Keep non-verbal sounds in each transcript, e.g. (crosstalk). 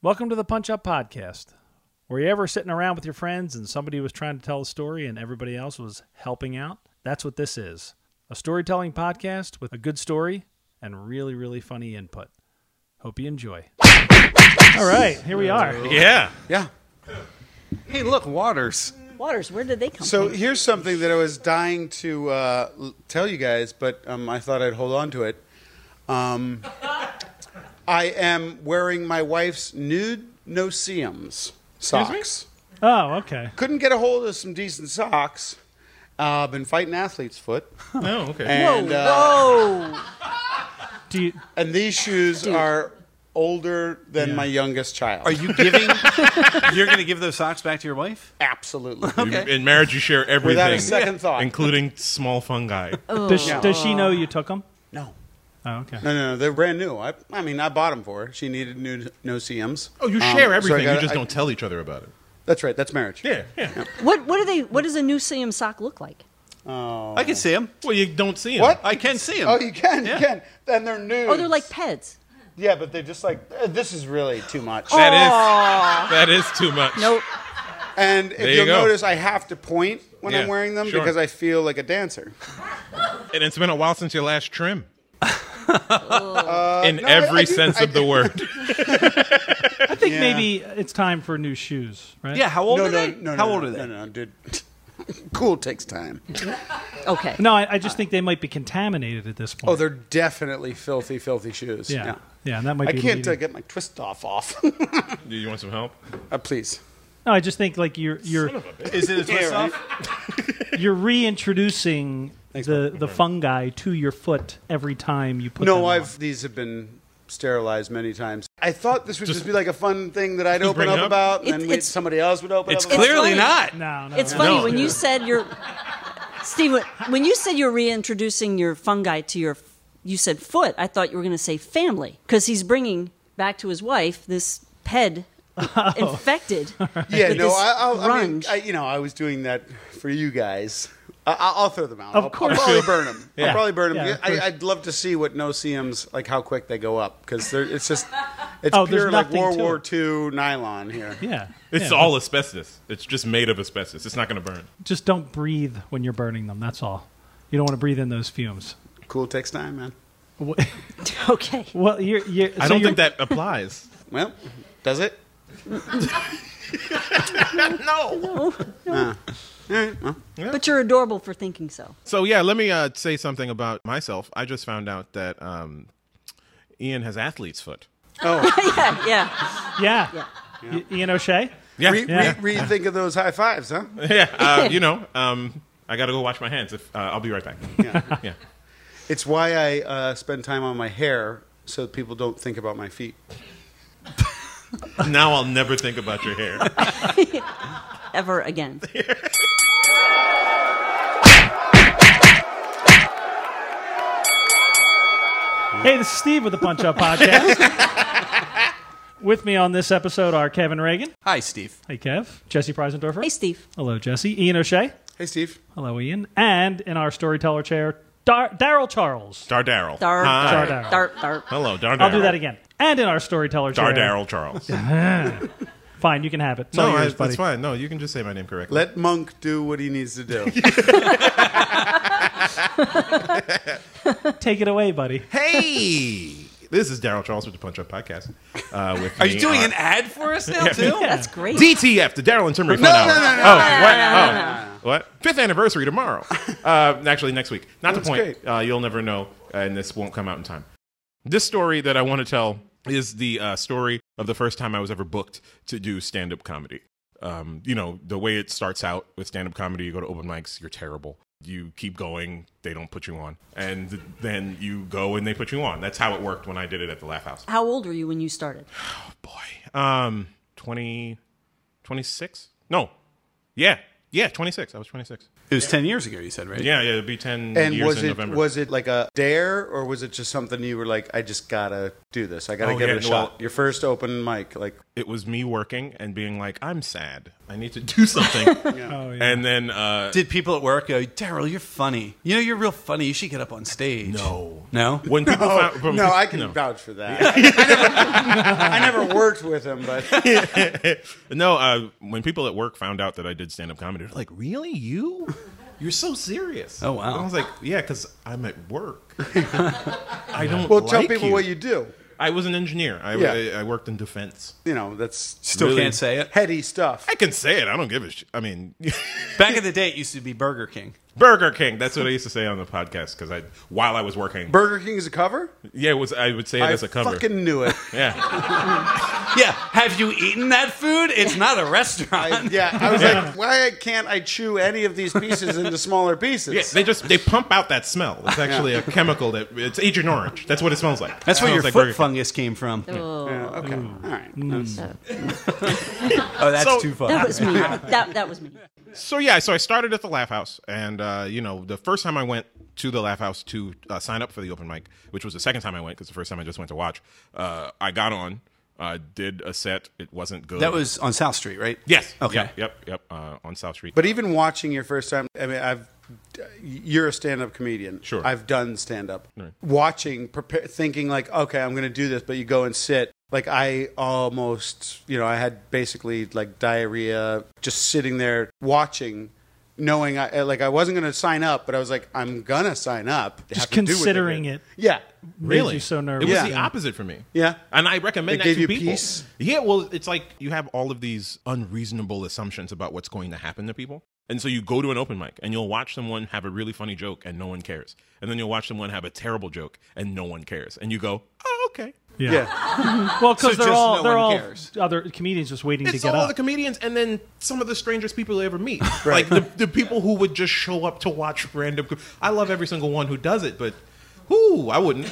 Welcome to the Punch Up Podcast. Were you ever sitting around with your friends and somebody was trying to tell a story and everybody else was helping out? That's what this is a storytelling podcast with a good story and really, really funny input. Hope you enjoy. All right, here we are. Yeah. Yeah. Hey, look, waters. Waters, where did they come So from? here's something that I was dying to uh, l- tell you guys, but um, I thought I'd hold on to it. Um, I am wearing my wife's nude noceums socks. Oh, okay. Couldn't get a hold of some decent socks. Uh, I've been fighting athlete's foot, Oh, okay. and uh, Whoa! Do you, and these shoes are older than my youngest child. Are you giving? (laughs) you're going to give those socks back to your wife? absolutely? (laughs) Okay. In marriage, you share everything, Without a second thought. including small fungi. does, Oh. she, does she know you took them? no. Oh, okay. No, no, no, they're brand new. I, I mean, I bought them for her. She needed new no CMs. Oh, you Um, share so I everything. got- you just I- don't tell each other about it. That's right. That's marriage. Yeah, yeah. What what are they? What does a new Siam sock look like? I can see him. Well, you don't see him. What? I can see him. Oh, you can, Yeah. you can. Then they're new. Oh, they're like pets. Yeah, but they're just like eh, this is really too much. Oh. That is- that is too much. Nope. And if There you you'll go. notice, I have to point when Yeah, I'm wearing them sure. because I feel like a dancer. And it's been a while since your last (laughs) trim. In Uh, no, I- every I do- sense I of the word. (laughs) I think Yeah. maybe it's time for new shoes, right? Yeah. How old no, are no, they? no, no, how no, old are no, they? No, no, dude. (laughs) cool takes time. Okay. No, I, I just think they might be contaminated at this point. Oh, they're definitely filthy, filthy shoes. yeah. yeah. and that might I be can't leading- uh, get my twist off off. (laughs) Do you want some help? uh, please. No, I just think like you're you're Is (laughs) it a twist right. off? you're reintroducing the the fungi to your foot every time you put them No, on. I've these have been sterilized many times. I thought this would just, Just- be like a fun thing that I'd open bring it up, up? about, and It's- then we, it's- somebody else would open It's up. about. clearly funny. not. no, no. It's no. funny No. when you said you're, Steve. when- When you said you're reintroducing your fungi to your, you said foot. I thought you were going to say family because he's bringing back to his wife this ped infected. Yeah, with no, this I, I'll, I mean, grunge. I, you know, I was doing that for you guys. I, I'll I'll throw them out. Of I'll, course. I'll probably burn them. Yeah. I'll probably burn them. Yeah, of course. I, I'd love to see what no CMs like how quick they go up because (laughs) it's just it's Oh, there's pure like nothing World to War it. II nylon here. yeah. It's yeah. all asbestos. It's just made of asbestos. It's not going to burn. Just don't breathe when you're burning them. That's all. You don't want to breathe in those fumes. Cool takes time, man. Wh- okay. (laughs) Well, you're. you're I don't think that applies. Well, does it? No, but you're adorable for thinking so. So yeah, let me uh, say something about myself. I just found out that um, Ian has athlete's foot. (laughs) Oh. yeah. Yeah. Yeah. Y- Ian O'Shea. Yeah, Re, (laughs) Yeah. Re, rethink of those high fives, huh? yeah. Uh, you know, um, I got to go wash my hands. If uh, I'll be right back. Yeah. (laughs) Yeah. It's why I uh, spend time on my hair so that people don't think about my feet. Now I'll never think about (laughs) your hair. Ever again. Hey, this is Steve with the Punch Up Podcast. With me on this episode are Kevin Reagan. Hi, Steve. Hey, Kev. Jesse Preisendorfer. Hey, Steve. Hello, Jesse. Ian O'Shea. Hey, Steve. Hello, Ian. And in our storyteller chair, Dar- Daryl Charles. Dardaryl. Dar, Hi. Dardaryl. Dart, dart. Hello, Dardaryl. I'll do that again. And in our storyteller chair. (laughs) Dardaryl Charles. Fine, you can have it. It's no, all I, yours, buddy. that's fine. No, you can just say my name correctly. Let Monk do what he needs to do. Take it away, buddy. hey, this is Daryl Charles with the Punch Up Podcast. Uh, with Are me you doing are- an ad for us now too? That's great. DTF, the Daryl and Timber Fun Hour. oh, what? Oh, what? Fifth anniversary tomorrow. Uh, actually, next week. Not the point. Uh, you'll never know, and this won't come out in time. This story that I want to tell is the uh, story of the first time I was ever booked to do stand up comedy. Um, you know, the way it starts out with stand up comedy, you go to open mics, you're terrible. You keep going, they don't put you on. And then you go and they put you on. That's how it worked when I did it at the Laugh House. How old were you when you started? boy. Um, 20, 26? No. Yeah. Yeah, 26. I was 26. It was 10 years ago, you said, right? Yeah, yeah, it'll be 10 And years was in it November. was it like a dare or was it just something you were like, I just gotta do this. I gotta Oh, give yeah, it a well- shot. Your first open mic, like it was me working and being like, I'm sad. I need to do (laughs) something. Oh, yeah. And then, uh, Did people at work go, Daryl, you're funny. You know, you're real funny. You should get up on stage. no. No? When people Oh, found, from- no, I can Uh, (laughs) no. vouch for that. (laughs) I, never, I never worked with him, but (laughs) No, uh, when people at work found out that I did stand up comedy, they're like, "Really, you? You're so serious?" Oh, wow. And I was like, "Yeah, because I'm at work. I don't." well, like tell people you. what you do. I was an engineer. I, Yeah. I, I worked in defense. You know, that's Still Really? can't say it. heady stuff. I can say it. I don't give a shit. I mean, (laughs) Back in the day, it used to be Burger King. Burger King. That's what I used to say on the podcast because I, while I was working, Burger King is a cover. yeah, it was I would say it I as a cover. fucking knew it. yeah, Yeah. Have you eaten that food? It's (laughs) not a I, restaurant. yeah, I was like, why can't I chew any of these pieces into smaller pieces? yeah. They just they pump out that smell. It's actually a chemical that it's Agent Orange. That's what it smells like. That's It where smells your like Burger foot King. fungus came from. Oh, Yeah, okay, all right. That's- Oh, that's So- too that far. (laughs) was me. That that was me. So yeah, so I started at the Laugh House, and uh, you know, the first time I went to the Laugh House to uh, sign up for the open mic, which was the second time I went because the first time I just went to watch. Uh, I got on, uh, did a set. It wasn't good. That was on South Street, right? yes. Okay. Yep. Yep. yep uh, on South Street. But even watching your first time, I mean, I've you're a stand-up comedian. Sure. I've done stand-up. Watching, prepare, thinking like, okay, I'm going to do this, but you go and sit. Like I almost, you know, I had basically like diarrhea just sitting there watching, knowing I like I wasn't going to sign up, but I was like, I'm gonna sign up. They Just have to do what they considering do. (laughs) it. Yeah. Made really you so nervous. It was Yeah. the opposite for me. Yeah. And I recommend It that gave to you people. peace? Yeah, well, it's like you have all of these unreasonable assumptions about what's going to happen to people. And so you go to an open mic and you'll watch someone have a really funny joke and no one cares. And then you'll watch someone have a terrible joke and no one cares. And you go, "Oh, okay." Yeah. Yeah. Well, because So they're just all no they're one all cares. other comedians just waiting to It's get all up. the comedians and then some of the strangest people you ever (laughs) meet. Like the, the people who would just show up to watch random co- I love every single one who does it, but whoo, I (laughs) wouldn't.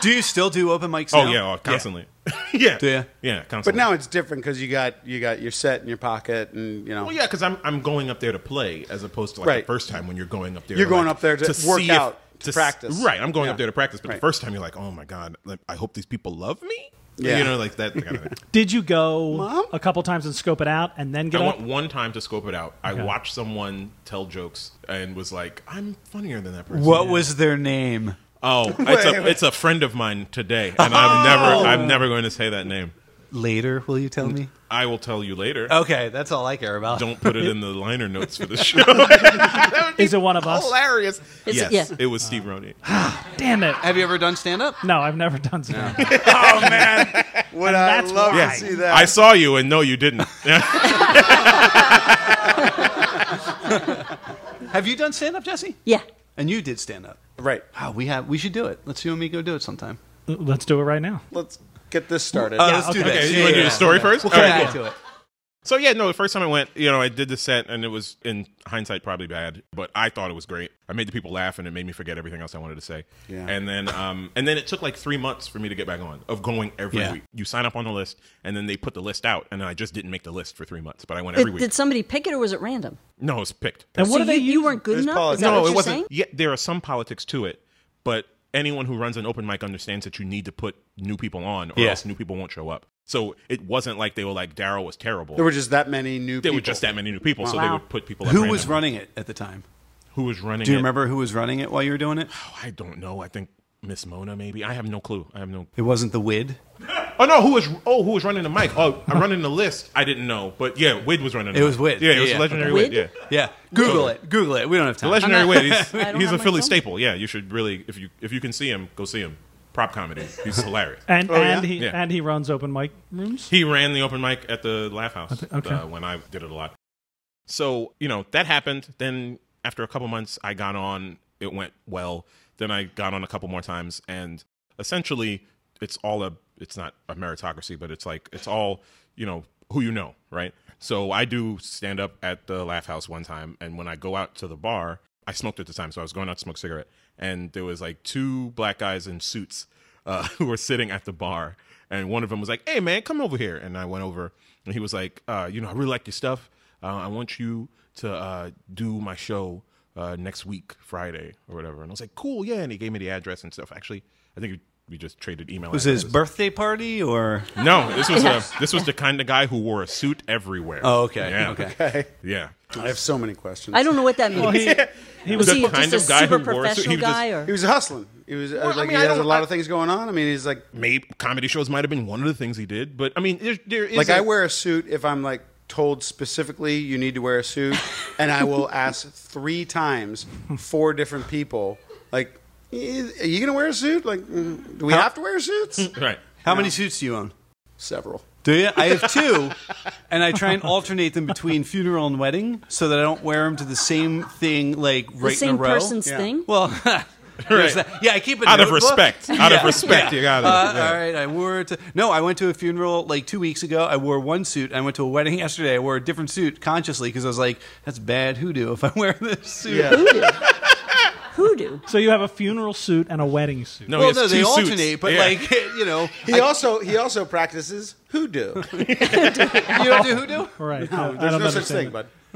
Do you still do open mics oh now? yeah, oh, constantly. (laughs) Yeah. Do ya? Yeah, constantly. But now it's different because you got you got your set in your pocket, and you know. Well, yeah, because I'm I'm going up there to play as opposed to like Right. the first time when you're going up there. You're going like, up there to work see out, to s- practice. Right, I'm going Yeah. up there to practice. But Right. the first time you're like, oh my god, like, I hope these people love me. Yeah. you know, like that. Kind (laughs) of thing. Did you go Mom? a couple times and scope it out and then I get up? went one time to scope it out. I watched someone tell jokes and was like, I'm funnier than that person. What was their name? (laughs) Oh, it's a it's a friend of mine today, and I'm never Oh. I'm never going to say that name. Later, will you tell me? I will tell you later. Oh. Okay, that's all I care about. Don't put it in the liner notes (laughs) for the show. That would be Is it one of us? Hilarious. Is yes, it- yeah. it Uh, was Steve Roney. Damn it! Have you ever done stand up? No, I've never done stand up. (laughs) Oh, Would I that's love why. to see that? I saw you, and no, you didn't. (laughs) Have you done stand up, Jesse? Yeah. And you did stand up. right. Wow, we have. We should do it. Let's you and me go do it sometime. Let's do it right now. Let's get this started. Uh, let's okay. do that. Okay, you wanna do the story first? We'll come Alright, back cool. to it. so yeah, no. The first time I went, you know, I did the set, and it was in hindsight probably bad, but I thought it was great. I made the people laugh, and it made me forget everything else I wanted to say. Yeah. And then, um, and then it took like three months for me to get back on of going every Yeah. week. You sign up on the list, and then they put the list out, and I just didn't make the list for three months, but I went every Did, week. did somebody pick it or was it random? no, it was picked. And what so do they you, you use? weren't good There's enough. politics. Is that no, what it you're wasn't. saying? Yeah, there are some politics to it, but anyone who runs an open mic understands that you need to put new people on, or Yeah. else new people won't show up. So it wasn't like they were like Daryl was terrible. There were just that many new there people. were just that many new people, so they Wow. would put people. at Who was random. running it at the time? Who was running? Do you it? remember who was running it while you were doing it? Oh, I don't know. I think Miss Mona, maybe. I have no clue. I have no. It wasn't the WID. Oh no, who was? Oh, who was running the mic? Oh, I'm running the list. I didn't know, but yeah, Wid was running. The It mic. was Wid. Yeah, it Yeah, was yeah. legendary Okay. Wid. Wid? Yeah. Yeah, Google it. Google it. We don't have time. The legendary I'm Wid. not- He's, (laughs) I don't he's a have my Philly phone. staple. Yeah, you should really if you if you can see him, go see him. Prop comedy. He's hilarious. And and yeah? he Yeah. and he runs open mic rooms. (laughs) He ran the open mic at the Laugh House okay. uh, when I did it a lot. So, you know, that happened. Then after a couple months, I got on. It went well. Then I got on a couple more times. And essentially, it's all a, it's not a meritocracy, but it's like, it's all, you know, who you know, right? So I do stand up at the Laugh House one time. And when I go out to the bar, I smoked at the time. So I was going out to smoke a cigarette. And there was like two black guys in suits uh, (laughs) who were sitting at the bar, and one of them was like, "Hey, man, come over here." And I went over, and he was like, uh, "You know, I really like your stuff. uh, I want you to uh, do my show uh, next week, Friday or whatever. And I was like, cool, yeah. And he gave me the address and stuff. Actually, I think we just traded email. Was it his addresses. birthday party or? No, this was a, this was the kind of guy who wore a suit everywhere. Oh, okay, Yeah. okay. Yeah. I have so many questions. I don't know what that means. he, he was was the he kind just a of guy who super wore a suit- he professional was just- guy, or He was hustling. He was uh, Well, I like mean, I he has a don't- lot I- of things going on. I mean, he's like Maybe comedy shows might have been one of the things he did, but I mean, there, there is like a- I wear a suit if I'm like told specifically you need to wear a (laughs) suit, and I will ask three times four different people like, "Y- "Are you gonna wear a suit? Like, mm, do we have to wear suits? right. How many suits do you own? Several. Do you? I (laughs) have two, and I try and alternate them between funeral and wedding so that I don't wear them to the same thing like the right same in a row. person's Yeah. thing? Well, (laughs) there's that. yeah, I keep it Out of respect. Out of respect, you got it. Uh, Yeah. All right, I wore it. To, no, I went to a funeral like two weeks ago. I wore one suit. I went to a wedding (laughs) yesterday. I wore a different suit consciously because I was like, "That's bad hoodoo if I (laughs) wear this suit." Yeah. Hoodoo. so you have a funeral suit and a wedding suit. No, he Well, has no, they two suits. alternate, but Yeah. like (laughs) you know, He also he also practices (laughs) hoodoo. you don't do hoodoo. Right. I don't There's no such understand thing, it.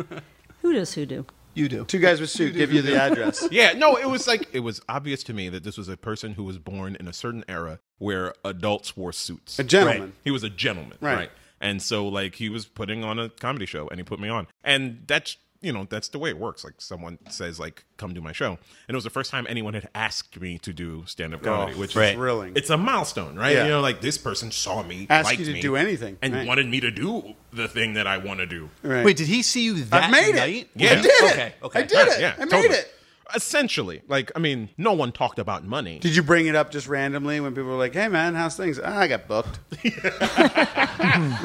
bud. Who does hoodoo? (laughs) You do. Two guys with suit give you the address. (laughs) Yeah, no, it was like it was obvious to me that this was a person who was born in a certain era where adults wore suits. A gentleman. Right. He was a gentleman, right. Right. And so like he was putting on a comedy show and he put me on. And that's you know, that's the way it works. Like someone says like come do my show. And it was the first time anyone had asked me to do stand-up comedy, which right. is Oh, Thrilling. It's a milestone, right? Yeah. You know, like this person saw me, Asked liked you to me, do anything, and right. wanted me to do the thing that I want to do. Right. Wait, did he see you that I made night? it. Yeah. I did it. Okay, okay. I did Yeah, it. yeah, I made totally. it. Essentially, like I mean, no one talked about (laughs) money. Did you bring it up just randomly when people were like, "Hey man, how's things?" Ah, I got booked.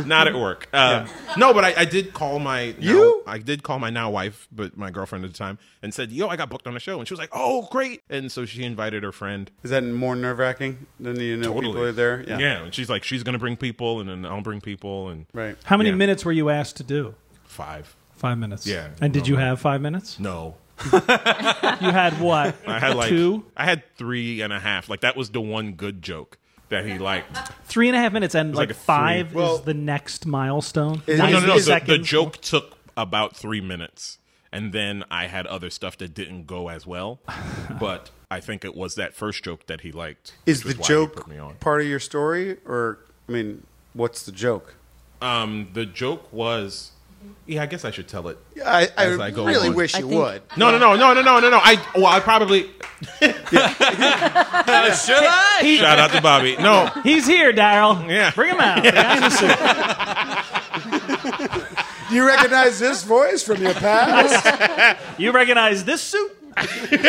not at work. Uh, No, but I, I did call my now, You? I did call my now wife, but my girlfriend at the time, and said, "Yo, I got booked on a show," and she was like, "Oh, great!" And so she invited her friend. Is that more nerve wracking than you know people are there? Yeah. and she's like, "She's gonna bring people, and then I'll bring people." And Right. How many Yeah. minutes were you asked to do? five. Five minutes. Yeah, And did no. you have five minutes? No, You had what? (laughs) I had like two, I had three and a half. Like that was the one good joke that he liked. three and a half minutes, and like, like a three. five Well- is the next milestone. It- No, no, no. Ninety The, the seconds. joke took about three minutes, and then I had other stuff that didn't go as (laughs) well. But I think it was that first joke that he liked. Is the which was why he joke put me on. part of your story, or I mean, what's the joke? Um, the joke was, yeah, I guess I should tell it. I, I As I go really on. wish I you think- would. No, no, no, no, no, no, no, no. I well, I (laughs) probably Uh, Should I? shout out to Bobby. No, He's here, Daryl. Yeah. Bring him out. The guy's in a suit. Do (laughs) you recognize this voice from your (laughs) past? You recognize this suit? (laughs) it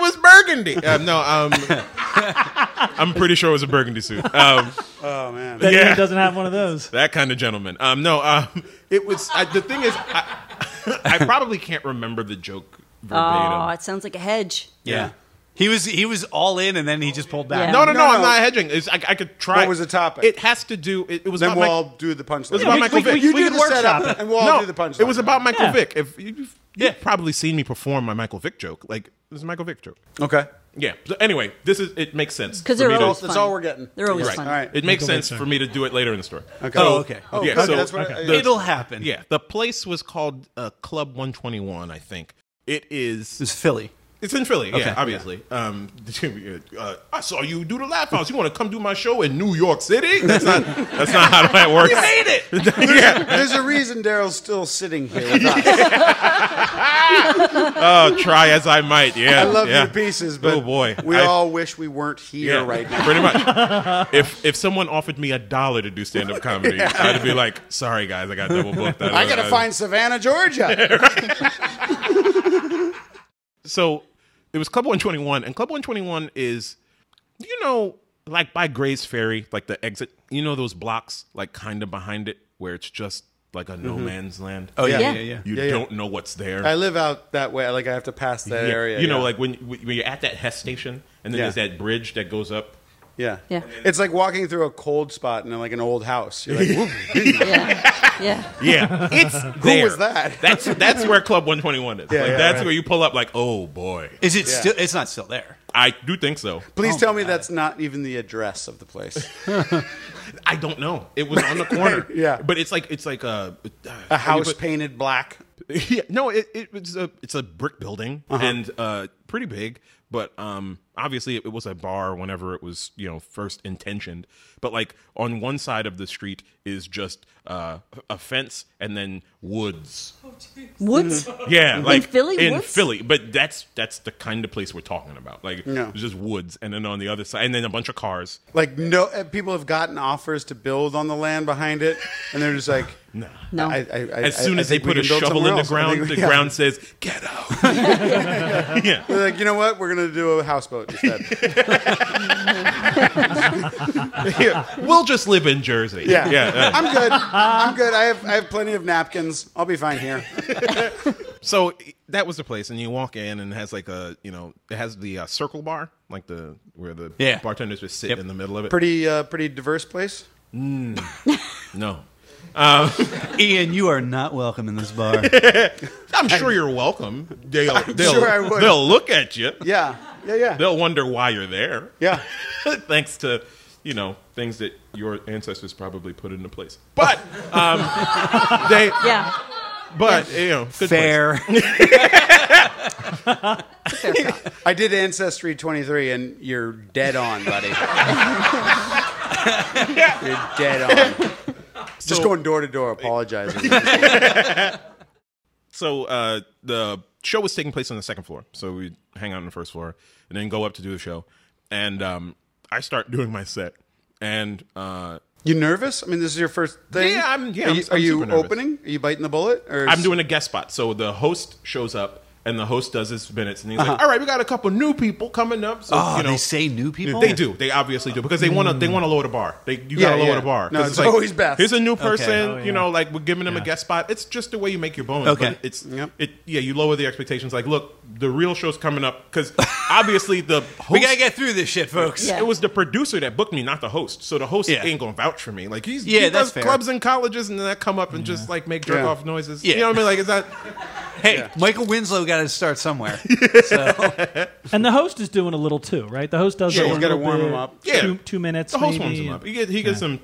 was burgundy. Uh, no, um, (laughs) I'm pretty sure it was a burgundy suit. Um, oh man. That Yeah. he doesn't have one of (laughs) those. that kind of gentleman. Um, no, um, it was. I, the thing is, I, (laughs) I probably can't remember the joke verbatim. Oh, it sounds like a hedge. Yeah. He was he was all in, and then he just pulled back. Yeah. no, no, no, No, I'm no. not hedging. It's, I, I could try. What was the topic? It has to do. It, it was then about we'll Michael- all do the punchline. It's about Michael Vick. you we do can the workshop setup, it. and we'll all do the punchline. It was about Michael Yeah. Vick. If you- you've, you've probably seen me perform my Michael Vick joke, like this is a Michael Vick joke. okay. Yeah. So anyway, this is it makes sense Because for they're me to- all That's fun. all we're getting. They're always Right. fun. All right. It makes sense for me to do it later in the story. Okay. Oh, okay. Oh, Yeah, okay, so- that's what I- okay. I- It'll happen. Yeah, the place was called uh, Club 121, I think. It is. It's Philly. It's in Philly, Okay. yeah, obviously. Um, (laughs) uh, I saw you do the Laugh House. You want to come do my show in New York City? That's not. That's not how that works. (laughs) You made it. yeah. There's a reason Daryl's still (laughs) sitting here with us. Oh, try as I might. Yeah. I love yeah. your pieces, but oh boy, we I- all wish we weren't here right now. Pretty (laughs) much. if if someone offered me a dollar to do stand up comedy, I'd be like, sorry guys, I got double booked. I gotta find (laughs) Savannah, Georgia. So it was Club One Twenty One, and Club One Twenty One is, you know, like by Gray's Ferry, like the exit. You know those blocks, like kind of behind it, where it's just like a no man's land. Oh yeah, yeah, Yeah. yeah. you Mm-hmm. yeah. don't know what's there. I live out that way. Like I have to pass that Yeah. area. you know, yeah. like when when you're at that Hess station, and then Yeah. there's that bridge that goes (laughs) up. Yeah. Yeah. It's like walking through a cold spot in like an old (laughs) house. You're like, "Whoop." Yeah. yeah. Yeah, it's there. was (laughs) that? That's that's where Club 121 is. Yeah, like, yeah, that's right. where you pull up. Like, oh boy, Is it Yeah. still? It's not still there. I do think so. Please tell me that's not even the address of (laughs) the place. I don't know. It was on the corner. (laughs) yeah. but it's like it's like a A house But- painted black. (laughs) Yeah, no, it, it was a it's a brick building and uh, pretty big, but um, obviously it, was a bar whenever it was you know first intentioned. But like on one side of the street is just uh, a fence and then woods. Woods? Yeah, like Philly in woods? Philly, but that's that's the kind of place we're talking about. Like No. it's just woods, and then on the other side, and then a bunch of cars. Like no, uh, people have gotten offers to build on the land behind it, and they're just like, (laughs) no. No. I, I, I, As I- soon I as they think we put a can build shovel somewhere in the else. (laughs) I ground, think we- the yeah. ground says "get (laughs) out." yeah, They're like, you know what? We're gonna do a houseboat (laughs) instead. we'll just live in Jersey. Yeah, yeah. uh, yeah. I'm good. I'm good. I have I have plenty of napkins. I'll be fine here. So e, that was the place, and you walk in, and it has like a you know it has the uh, circle bar, like the where the Yeah. bartenders just sit in the middle of it. Pretty uh, pretty diverse place. no, Ian, you are not welcome in this (laughs) bar. I'm sure you're welcome. They'll they'll, sure I would. they'll look at you. Yeah, yeah, yeah, They'll wonder why you're there. yeah. (laughs) Thanks to you know things that your ancestors probably put into place, (laughs) but um, they Yeah. but you know good Fair. I did Ancestry 23, and you're dead on, (laughs) buddy. you're dead on. Just So- going door to door (laughs) apologizing. So uh, the show was taking place on the second floor, so we hang out on the first floor and then go up to do the show. And um, I start (laughs) doing my set, and uh, you nervous? I mean, this is your first thing. Yeah, I'm- yeah, Are I'm- you, I'm are you super nervous. opening? Are you biting the bullet? Or I'm doing a guest spot. So the host shows up, and the host does his minutes, and he's Uh-huh. like, "All right, we got a couple new people coming up." So Oh, you know, they say new people? They do. They obviously do because they want to. They want to lower the bar. They you Yeah, got to lower yeah. the bar. No, 'Cause it's always best. Here's a new person. Oh, yeah. You know, like we're giving them a guest spot. It's just the way you make your bones. Okay. But it's Yep. it. Yeah, you lower the expectations. Like, look, the real show's coming up because (laughs) obviously the host. (laughs) We got to get through this shit, folks. Yeah. It was the producer that booked me, not the host. So the host Yeah. ain't gonna vouch for me. Like he's Yeah, he that's does fair. clubs and colleges, and then I come up and just like make jerk off noises. Yeah. You know what I mean? Like is that Hey, Michael Winslow got to start (laughs) somewhere. Oh, And the host is doing a little too, right? The host does. Yeah, a he's gotta little warm bit, him up. Yeah. two, two minutes. the host warms maybe. him up. He gets, he gets him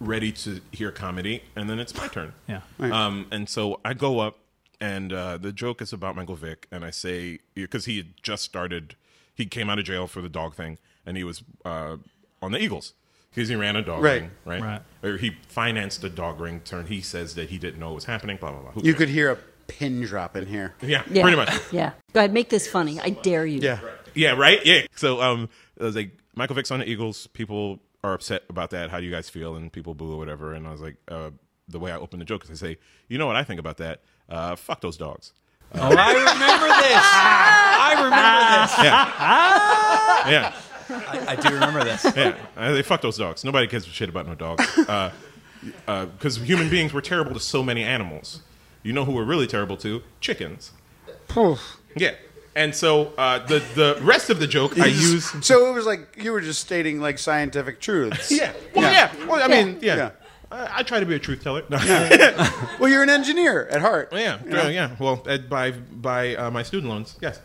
ready to hear comedy, and then it's my turn. Yeah. Um, and so I go up, and uh, the joke is about Michael Vick, and I say because he had just started, he came out of jail for the dog thing, and he was uh, on the Eagles because he ran a dog Right. ring, right? Right. Or he financed a dog ring turn. He says that he didn't know it was happening. Blah blah blah. Who You cares? could hear a pin drop in here. yeah, Yeah. pretty much. Yeah. Go ahead, make this funny. I dare you. Yeah. Yeah, right. Yeah. So um, I was like, Michael Vick's on the Eagles. People are upset about that. How do you guys feel? And people boo or whatever. And I was like, uh, the way I open the joke is I say, you know what I think about that? Uh, fuck those dogs. Oh, I remember this. I remember Yeah, this. I do remember (laughs) this. yeah. I say, fuck those dogs. Nobody gives a shit about no dogs. Because uh, uh 'cause human beings were terrible to so many animals. You know who we're really terrible to? Chickens. Yeah. And so uh, the the rest of the joke I use. So it was like you were just stating like scientific (laughs) truths. Yeah. Well, yeah. Well, I mean, yeah. Yeah. I, I try to be a truth teller. (laughs) No. Well, you're an engineer at heart. Yeah, You know? yeah, yeah. Well, ed, by by uh, my student loans, yes.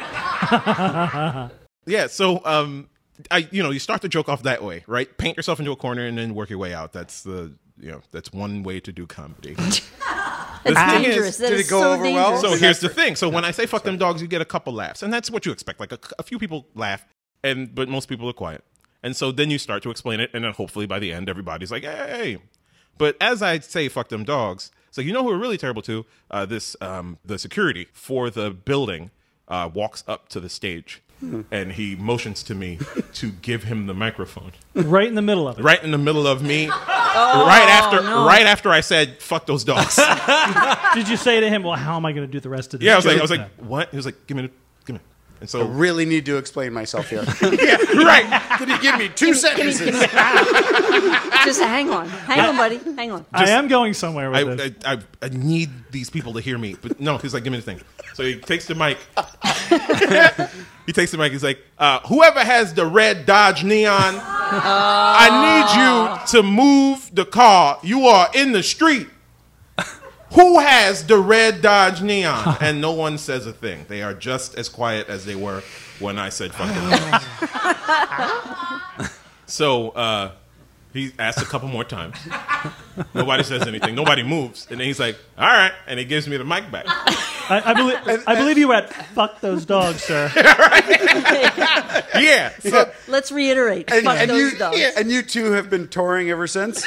Uh, (laughs) yeah. So, um, I you know you start the joke off that way, right? Paint yourself into a corner and then work your way out. That's the you know that's one way to do comedy. That's thing is, dangerous. That did is it go so over well? dangerous. So Is here's the that thing. So when I say "fuck them dogs," you get a couple laughs, and that's what you expect. Like a, a few people laugh, and but most people are quiet. And so then you start to explain it, and then hopefully by the end, everybody's like, "Hey!" But as I say "fuck them dogs," so you know who are really terrible to uh, this um, the security for the building uh, walks up to the stage, and he motions to me to give him the microphone Right in the middle of it. right in the middle of me. right after, right after I said "fuck those dogs." Did you say to him, "Well, how am I going to do the rest of this?" Yeah, I was like, I joke was like, then? what? He was like, give me, the, give me. And I so, really need to explain myself here. right, Could you give me two sentences? Just hang on. Hang on, buddy. Hang on. I am going somewhere I, with this. I, I, I need these people to hear me. But no, he's like, give me the thing. So he takes (laughs) the mic. he takes the mic. He's like, uh, whoever has the red Dodge Neon, I need you to move the car. You are in the street. (laughs) Who has the red Dodge Neon? And no one says a thing. They are just as quiet as they were when I said fucking. (laughs) so uh, he asks a couple more times. Nobody says anything. Nobody moves. And then he's like, all right. And he gives me the mic back. I, I (laughs) believe I believe you went. Fuck those dogs, sir. Yeah. So Let's reiterate. And, Fuck and those you, dogs. yeah, and you two have been touring ever since.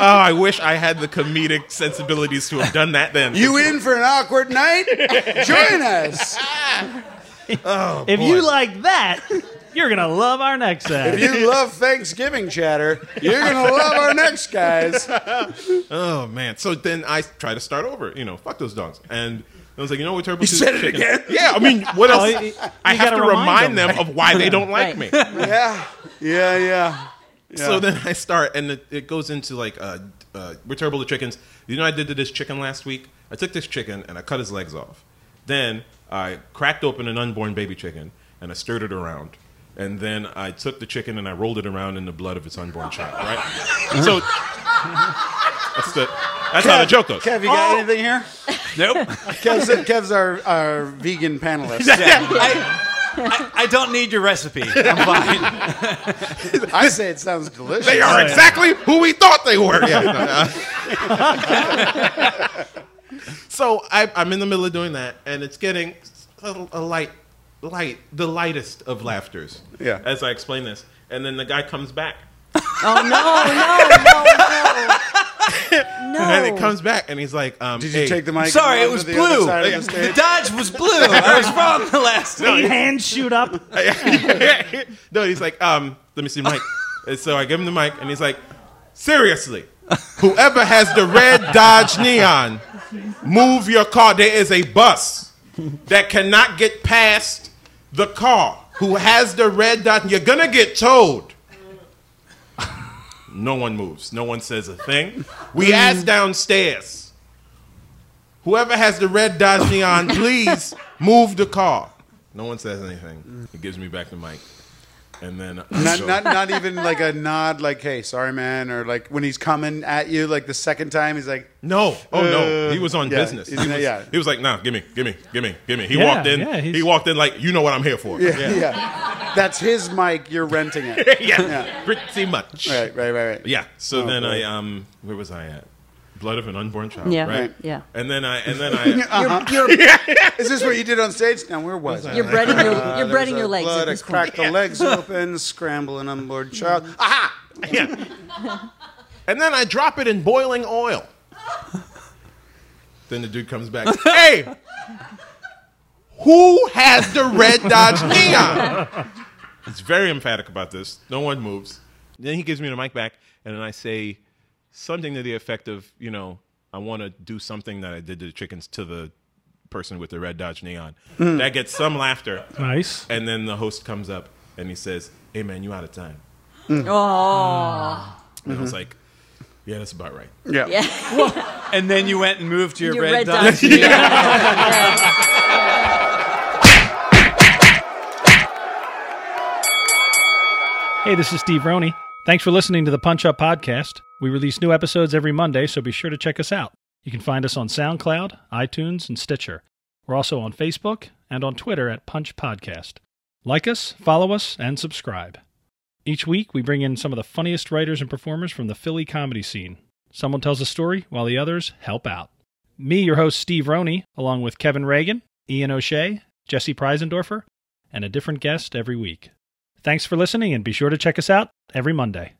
Oh, I wish I had the comedic sensibilities to have done that then. you in for an awkward night? Join us. if you like that, you're gonna love our next act. If you love Thanksgiving chatter, you're gonna love our next guys. oh man. So then I try to start over. You know, fuck those dogs. And I was like, you know what, Turbo? You said it again. Yeah. I mean, what else? Oh, you- you I have gotta to remind remind them. them. of why they don't like Right. me. Yeah, yeah, yeah. (laughs) So then I start, and it, it goes into like, uh, uh, we're terrible at chickens. You know, I did to this chicken last week. I took this chicken and I cut his legs off. Then I cracked open an unborn baby chicken and I stirred it around. And then I took the chicken and I rolled it around in the blood of its unborn child. Right. so that's the that's how the joke goes. Kev, you got anything here? Oh. Nope. Kev's, Kev's our, our vegan (laughs) panelist. I, I don't need your recipe. (laughs) I'm fine. I say it sounds delicious. They are exactly who we thought they were. Oh, Yeah, (laughs) no, uh. (laughs) so I, I'm in the middle of doing that, and it's getting a, a light, light, the lightest of laughters. Yeah. As I explain this, and then the guy comes back, Oh no, no, no, (laughs) no. and it comes back, and he's like, um, Did you hey, take the mic? and Sorry, run it to was the other blue. side of the The, stage? dodge was blue. I was wrong the last time. Eight hands shoot up. (laughs) no, he's like, um, let me see, Mike. and so I give him the mic, and he's like, seriously, whoever has the red Dodge Neon, move your car. There is a bus that cannot get past the car. Who has the red Dodge? You're gonna get towed. No one moves. No one says a thing. We ask downstairs. Whoever has the red Dodge Neon, please move the car. No one says anything. He gives me back the mic, and then I Not, go- not, not even like a nod, like "Hey, sorry, man," or like when he's coming at you, like the second time, he's like, No. Oh no. Uh, He was on yeah. business. He Isn't was, it- yeah. he was like, nah, gimme, gimme, gimme, gimme. He Yeah, walked in. yeah, he's- he walked in like, you know what I'm here for. "Yeah, yeah, that's his mic. You're renting it." (laughs) Yeah, Pretty much. right, right, right, right. Yeah. So Oh, then boy. I um where was I at? Blood of an unborn child. Yeah, Right. yeah. And then I and then (laughs) I You're, you're, Is this what you did on stage? Now where was I? (laughs) you're breading your, you're Uh, breading there's your a legs Blood, at this I point. cracked the (laughs) legs open, scramble an unborn child. Aha! yeah. And then I drop it in boiling oil. then the dude comes back. Hey. Who has the red Dodge Neon? He's very emphatic about this. No one moves. Then he gives me the mic back, and then I say something to the effect of, you know, I want to do something that I did to the chickens to the person with the red Dodge Neon. That gets some laughter. Nice. And then the host comes up and he says, Hey, man, you out of time. Oh, And I was like, yeah, that's about right. Yeah. yeah. And then you went and moved to your, Your red, red dot. dot. Yeah. Hey, this is Steve Roney. Thanks for listening to the Punch Up Podcast. We release new episodes every Monday, so be sure to check us out. You can find us on SoundCloud, iTunes, and Stitcher. We're also on Facebook and on Twitter at Punch Podcast. Like us, follow us, and subscribe. Each week, we bring in some of the funniest writers and performers from the Philly comedy scene. Someone tells a story while the others help out. Me, your host, Steve Roney, along with Kevin Reagan, Ian O'Shea, Jesse Preisendorfer, and a different guest every week. Thanks for listening and be sure to check us out every Monday.